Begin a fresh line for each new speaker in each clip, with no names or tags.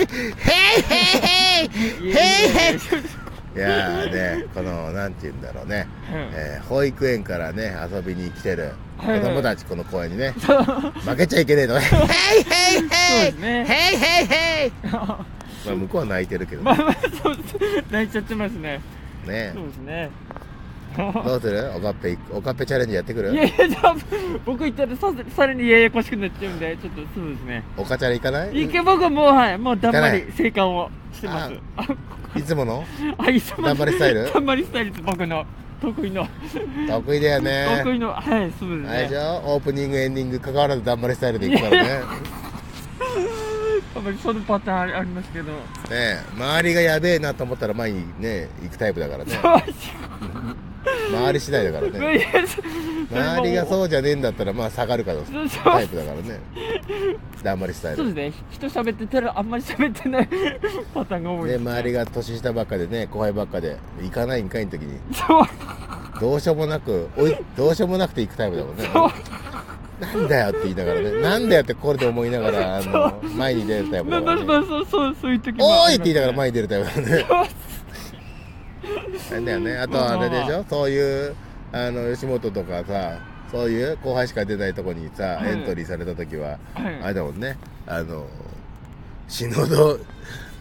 ヘイヘイヘイヘイヘイいやーね、この、なんて言うんだろうね、えー保育園からね、遊びに来てる子
はい
供たち、この公園にね、
そう
負けちゃいけねえの ね、ヘイヘイヘ
そうで
イ
すね
ヘイヘイヘイ
ま
まあ、向こうは泣いてるけど
あ
ね
まあそう泣いちゃってますね
ね
そうですね
どうするおかっぺ、おかっぺチャレンジやってく
いや
る
いやじゃあ僕行ったらささらにややこしくなっちゃうんでちょっとそうですね
おかちゃら行かない
いけ僕はもうはいもうだんま
行か
り生還をしてますあこ
いつもの
あいつも
だんまりスタイル
だんまりスタイルです僕の得意の
得意だよ
得
ね。
意のはいそうです
あれでし
ね
ょオープニング、エンディング、関わらずだんまりスタイルで行くからね。
やっぱりそのパターンありありますけど
ねえ周りがやべえなと思ったら前にね行くタイプだからね周り次第だからね周りが
う
そうじゃねえんだったらまあ下がるから
そうそう
タイプだからねだんまりスタイ
そう
ル
ですね人喋ってたらあんまり喋ってないパターンが多い
で
です、ね、
周りが年下ばっかでね後輩ばっかで行かないんかいの時に
そう
どうしようもなくおいどうしようもなくて行くタイプだもんね
そう
なんだよって言いながらねなんだよってこれで思いながらあの前に出るタイプ
ま
だ
あ
か
まあま
ら
あ
ね
そうそうそういう時も
お
あ
ーい
り
って言い
ますね
ながら前に出るタイプだね
そ
な
う
んだよね。あとはあれでしょそういう、あの、吉本とかさ、そういう後輩しか出ないとこにさ、
はい
エントリーされた時は、
はい
あれだもんね。あの、死ぬほど、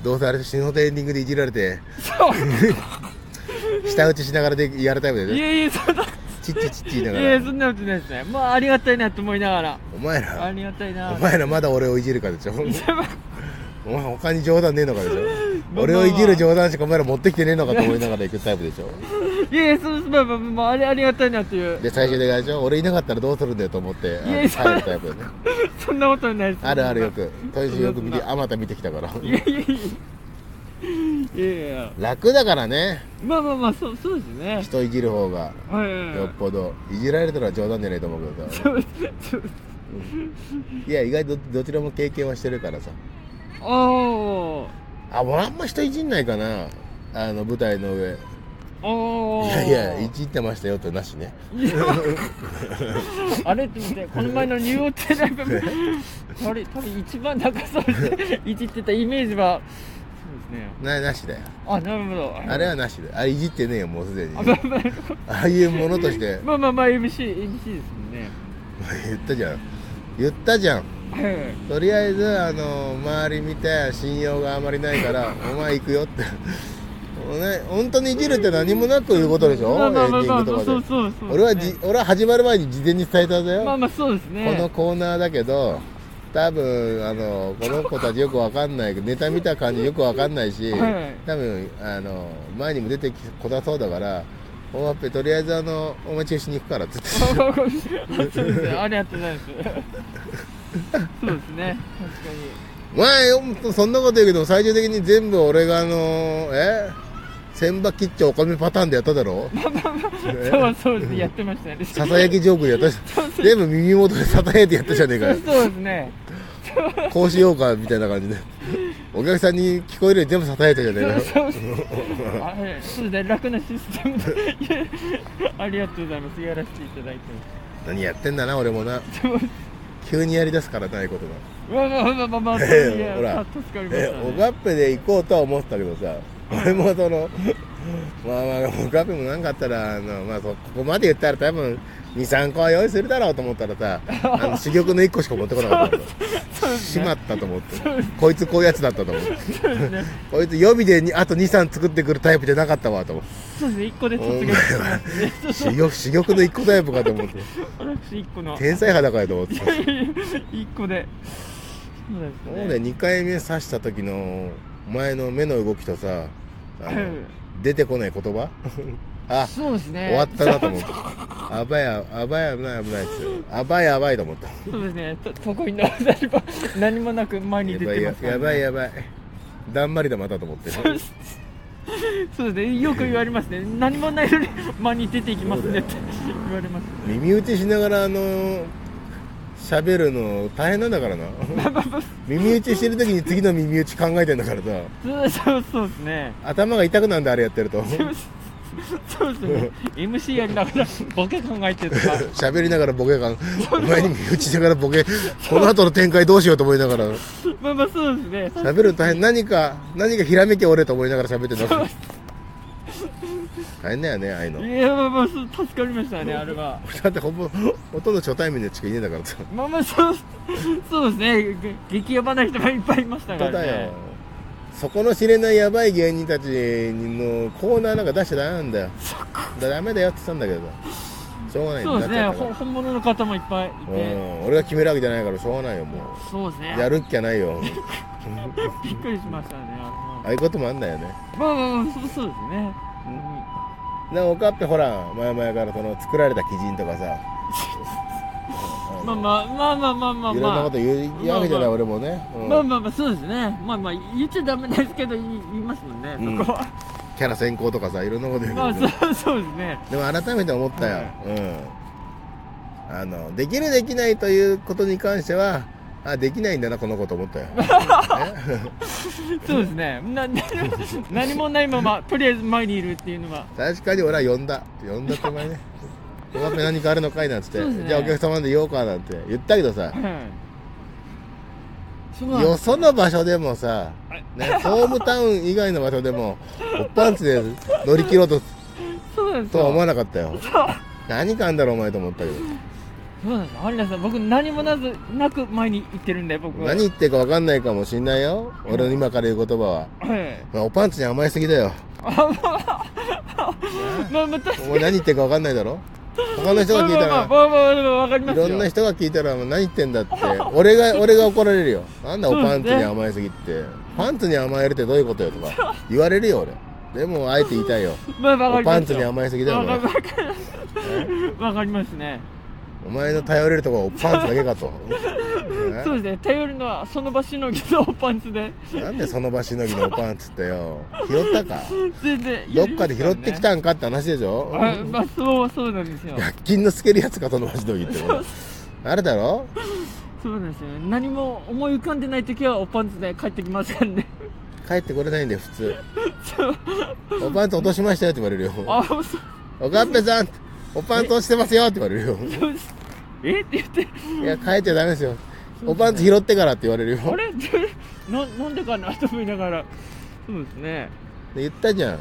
どうせあれ死ぬほどエンディングでいじられて、 舌打ちしながらでやるタイプだ
い
よね。
やいやそんな
チッチチッチ言いないが
やいや
ら
そ。んなことないですねまあありがたいなと思いながら
お前
あ
ら、
りがたいな
お前らまだ俺をいじるか でしょお前他に冗談ねえのかでしょ
まあ
俺をいじる冗談しかお前ら持ってきてねえのかと思いながら行くタイプでしょ
いやいやそうまあまあまああれありがたいなっていう
で最終的にあれでしょ俺いなかったらどうするんだよと思ってあ
いや
の
いや
帰るタイプだね
そんなことないです
あるあるよく当時よく見
そん
て
な
あまた見てきたから
いやいやいやいやいや
楽だからね
まあまあまあそうそうですね
人いじる方が
はいはい
よ
は
っぽどいじられたら冗談じゃないと思うけどさ
いそうそう
いや意外とどちらも経験はしてるからさ
あ
あ俺あんま人いじんないかなあの舞台の上
あああ
いやいやいじってましたよってなしね
あれって見てこの前のニューオーテライ ブあれ多分一番中そうしていじってたイメージはそうですね
ななしだよ
あなるほど
あれはなしだよあれいじってねえよもうすでに
あ
あ
まあまあ
あいうものとして
まあまあまあ MC, MC ですもんね
言ったじゃん言ったじゃん
はいはい
とりあえずあの周り見て信用があまりないからお前行くよってもうね本当にいじるって何もなく言うことでしょ
ま
エ
あ
ン
まあ
デ
まあま
ィ
あ
ング
そう
と
そう
かで
そうそう
俺はじ俺は始まる前に事前に伝えたんだよ、
まあまあそうですね
このコーナーだけど多分あのこの子たちよくわかんないけどネタ見た感じよくわかんないし、
はい
多分あの前にも出てきこなそうだから「おわっぺとりあえずあのお前中心に行くから」っつって
そう ですねありがとうございますそうですね
まあよそんなこと言うけど最終的に全部俺があのえ千葉吉兆おかみパターンでやっただろ
確かにそうそうですねやってましたね
ささやきジョークでやったし全部耳元でささやいてやったじゃねえか
そう
よ
そうですね
こうしようかみたいな感じでお客さんに聞こえるように全部ささやいたじゃねえか
そう
よ
そうあれそうですね楽なシステムでいやありがとうございますやらせていただいて
何やってんだな俺も な
そうです
急にやりだすからなああいうことが
うわまあまあまあまあそう
ええ
い や
ほら
助かりまし
え
た
お
ね
かっぺで行こうとは思ってたけどさ俺もその まあまあおかっぺもなんかあったらあの、まあ、そここまで言ったら多分23個は用意するだろうと思ったら さあの珠玉の1個しか持ってこなかったからしまったと思ってこいつこういうやつだったと思ってこいつ予備でにあと23作ってくるタイプじゃなかったわと思って
そうですね一個で卒業しますね
珠玉珠玉の1個タイプかと思って
私一個の
天才裸やと思ってそう
一個でそうですね
ね2回目刺した時のお前の目の動きとさあの出てこない言葉 あ
そうですね
終わったなと思った。あばや、あばや、危ない、危ないっすよ。あばや、ばいと思った。
そうですね、と得意の何も 何もなく前に
や
出
ば
て
い
ま
や
す、から、
や
ね、
ばい、やばい。だんまりだ、またと思って。
そうですそうですね、よく言われますね、何もないのに 前に出ていきますねって言われます。
耳打ちしながら、あのー、喋るの大変なんだから な。耳打ちしてる時に次の耳打ち考えてんだからさ。
そうそうそうですね、
頭が痛くなんだ、あれやってると。
そうそうですね MC やりながら ボケ考えてると か
喋りながらボケ感お前に身内ながらボケこの後の展開どうしようと思いながら
まあまあそうですね
喋るの大変何か何かひらめき俺と思いながら喋ってるの大変だよねああいうの
いやまあまあそう助かりましたねあれは
俺だってほぼほとんど初対面でしかいねえんだからさ
まあまあそうそうですねげ激ヤバな人がいっぱいいましたか
本
ら
当だ
ね
よそこの知れないやばい芸人たちのコーナーなんか出しちゃダメなんだよだダメだよって言ったんだけどしょうがない
そうですね
なっちゃ
ほ
ったか
本物の方もいっぱいい
ら
て
うん俺が決めるわけじゃないからしょうがないよも
そうです
うや
ね
るっきゃないよ
びっくりしましたねあ
ああいうこともあんだよね
のまあまあまあそうそうですね
なおかっぺほら前々からその作られた鬼人とかさ
うんまあまあまあまあまあまあ
いろんな
ま
こ
あ
と言う言うわけじゃない、
まあまあ
俺もね、うん
まあまあまあそうですねまあまあ言っちゃダメですけど言い言いますもんね
うん
そこは
キャラ先行とかさいろんなこと言うけ
ま
ど
あ
ね、
そうそうですね
でも改めて思ったよ、
はい
うんあのできるできないということに関してはあできないんだなこの子と思 ったよね
そうですねな何もないままとりあえず前にいるっていうのは
確かに俺は呼んだ呼んだって前 ね「お前何かあるのかい?」なんつって、
そうですね
じゃあお客様で言おうか」なんて言ったけどさ
はいそうなん
よその場所でもさ、ね、ホームタウン以外の場所でもおっぱんつで乗り切ろうと
そうなんです
とは思わ
よ
なかったよ何かあんだろうお前と思ったけど
そうなんです有田さん僕何もなずなく前に行ってるんで僕は
何言ってるか分かんないかもしんないよ俺の今から言う言葉は、
はい
まあおパンツに甘えすぎだよ
まあまあ確か
お前何言ってるか分かんないだろ他の人が聞いた
ま
ら
あまあまあまあまあわかりま
い
すよ
ろんな人が聞いたらもう何言ってんだって俺が 俺が怒られるよなんだお
そうです
パ
ね
ンツに甘えすぎってパンツに甘えるってどういうことよとか言われるよ俺でもあえて言いたいよ
まあわか
お
りますよ
パンツに甘えすぎだよお
わか
前
わかわかりますね
お前の頼れるとこはおパンツだけかと
そうですね頼るのはその場しのぎのパンツで
なんでその場しのぎのおパンツってよ拾ったか
全然
どっかで拾ってきたんかって話でしょ
あまあそうそうなんですよ
100均の透けるやつかそのマジドギってこれあれだろ
そうなんですよ何も思い浮かんでない時はおパンツで帰ってきませんね
帰ってこれないんだよ普通おパンツ落としましたよって言われるよ
あそう
おかっぺさんおパンツ落ちてますよって言われるよ
そうですえって言って
いや帰っちゃダメですよおパンツ拾ってからって言われるよ
あれってななんでかなと思いながらそうですね
で言ったじゃん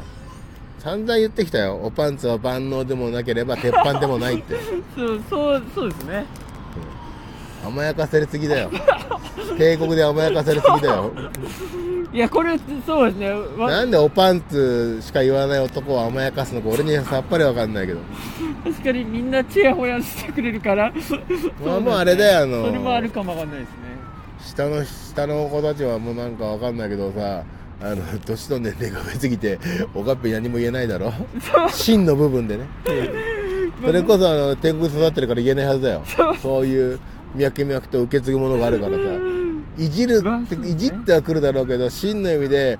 散々言ってきたよおパンツは万能でもなければ鉄板でもないって
そうそうそうですね
甘やかされすぎだよ帝国で甘やかされすぎだよ
いやこれそうですねわ
なんでおパンツしか言わない男を甘やかすのか俺にはさっぱりわかんないけど
確かにみんなちやほやしてくれるから
まあもうあれだよあの
それもあるかもわかんないですね
下の下の子たちはもうなんかわかんないけどさあの 年と年齢が増えすぎておかっぺ何も言えないだろ芯の部分 でねそれこそあの天狗育ってるから言えないはずだよそういう脈々と受け継ぐものがある からさいじるっていじってはくるだろうけど真の意味で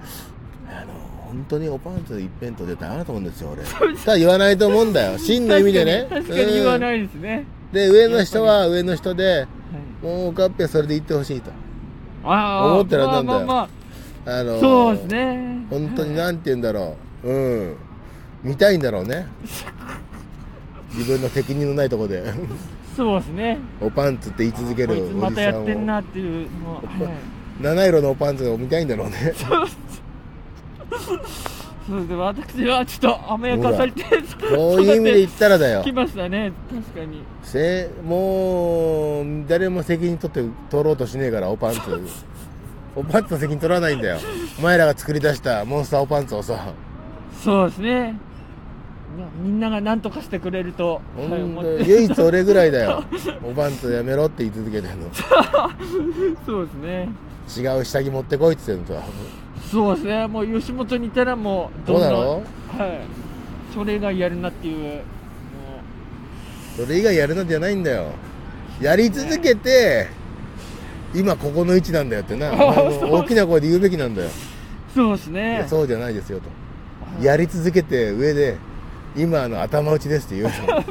あの本当におパンツ一辺と出たらあなと思うんです よ俺ただ言わないと思うんだよ真の意味でね
確かに確かに言わ
い
ないですね、
で上の人は上の人で
はい、
もうおかっぺはそれで言ってほしいと
ああ
思ってられたんだよ
まあまあ
あ
ま
の
あ、そうですね
本当になんて言うんだろううん見たいんだろうね自分の責任のないとこで
そうですね
おパンツって言い続ける
こいつ
お
ま
じ
た
さ
やってん
んを
なっていうのは、はい、
七色のおパンツを見たいんだろう ね
そうですね私はちょっと雨やかされて
そういう意味で言
育
ったらだよ
てきましたね確かに
せもう誰も責任取って取ろうとしねえからおパンツおパンツの責任取らないんだよお前らが作り出したモンスターおパンツをさ
そうですねまあみんなが何とかしてくれると、
ほ
はい、
ん
思っ
と
て
唯一俺ぐらいだよおパンツやめろって言い続けてんの
そうですね
違う下着持ってこいって言ってんのと
そうですねもう吉本にいたらもう
どうだ
ん
ろう
はいそれがやるなっていうも
それ以外やるのじゃないんだよやり続けて今ここの位置なんだよって な
そうそう
大きな声で言うべきなんだよ、
うそうです
い
ね
やそうじゃないですよとやり続けて上で今あの頭打ちですって言う の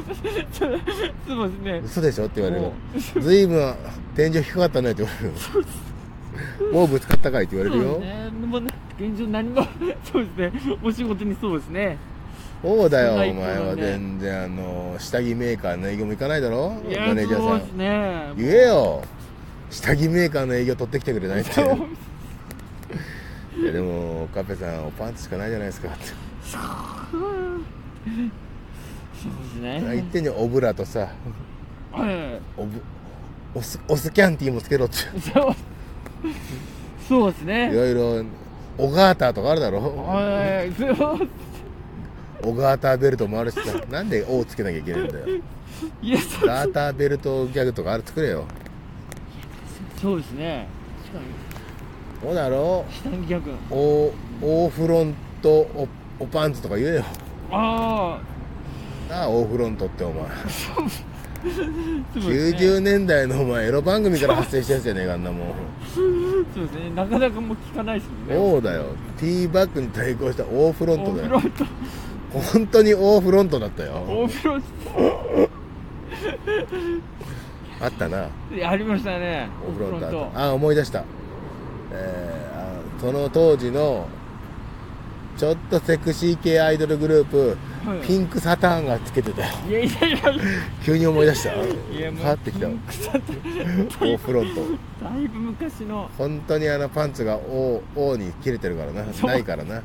そうですね
嘘でしょって言われるずいぶん天井低かったねって言われるもうぶつかったかいって言われ
そ
る
うです
よ
ねもうね現状何もそうですねお仕事にそうですね
そうだよ、
少ない
お前は
っていうのはね
全然、あの、下着メーカーの営業も行かないだろ
いや
マネージャ
そう
ー
で
さ
す
ん。
ね
言えよ下着メーカーの営業取ってきてくれないって。
そう
いやでも、カペさん、おパンツしかないじゃないですかって。
そうですね
言ってんじゃん、オブラとさ、
はい
オブ、オス、オスキャンティーもつけろって。
そうそうです
い
ね
ろいろ、オガーターとかあるだろ
はいそう
オガーターベルトもあるしさ、なんで「O」つけなきゃいけないんだよ。
いやそう
ガーターベルトギャグとかある作れよ。
そうですね確か
そ
に
うだろ
下着逆
オオフロントオオパンツとか言えよ
ああ
なあオフロントってお前、
そうですね
90年代のお前エロ番組から発生してんじゃねえかあんなもん
そうですねなかなかもう聞かないですもんね
そうだよティーバッグに対抗したオフロント
オ
だ
フロ
よ
ント
本当にオフロントだったよ
オフロン
あったな
ト いやありましたね
オフロン
オフ
ト
ロ
あったあ思い出したえーあその当時のちょっとセクシー系アイドルグループ、
はい
ピンクサターンがつけてたよ
いやいやいやい
急に思い出した
やいやも
パってきた
う腐った
オフロント
だいぶ昔の
本当にあのパンツが O, o に切れてるからな
そう
ないからな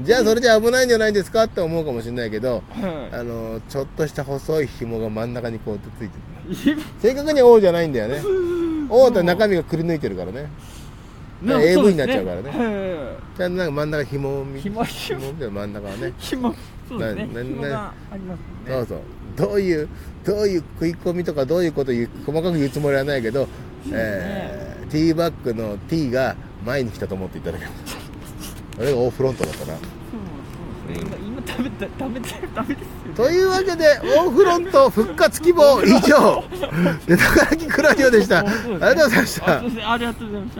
じゃあそれじゃ危ないんじゃないんですかって思うかもしれないけど
は
あのちょっとした細い紐が真ん中にこうやってついてる
い
正確には O じゃないんだよね O って中身がくり抜いてるからね
な
AV
そうです
になっちゃうからね
は
ちゃんとなんか真ん中紐み
い紐紐
紐みたいな真ん中はね
紐そうですね
ななな
紐があります
そ
も
う
んね
そうどういうどういう食い込みとかどういうこと言う細かく言うつもりはないけど、えー、ティーバッグの T が前に来たと思っていただけるあれが O フロントだったな
そうそうですね今今食べた食べてる食べてる
というわけで、オフロント復活希望以上、ネタからきクラジオでした。ありがとうございまし
あ
た
そう。ですねありがとうございました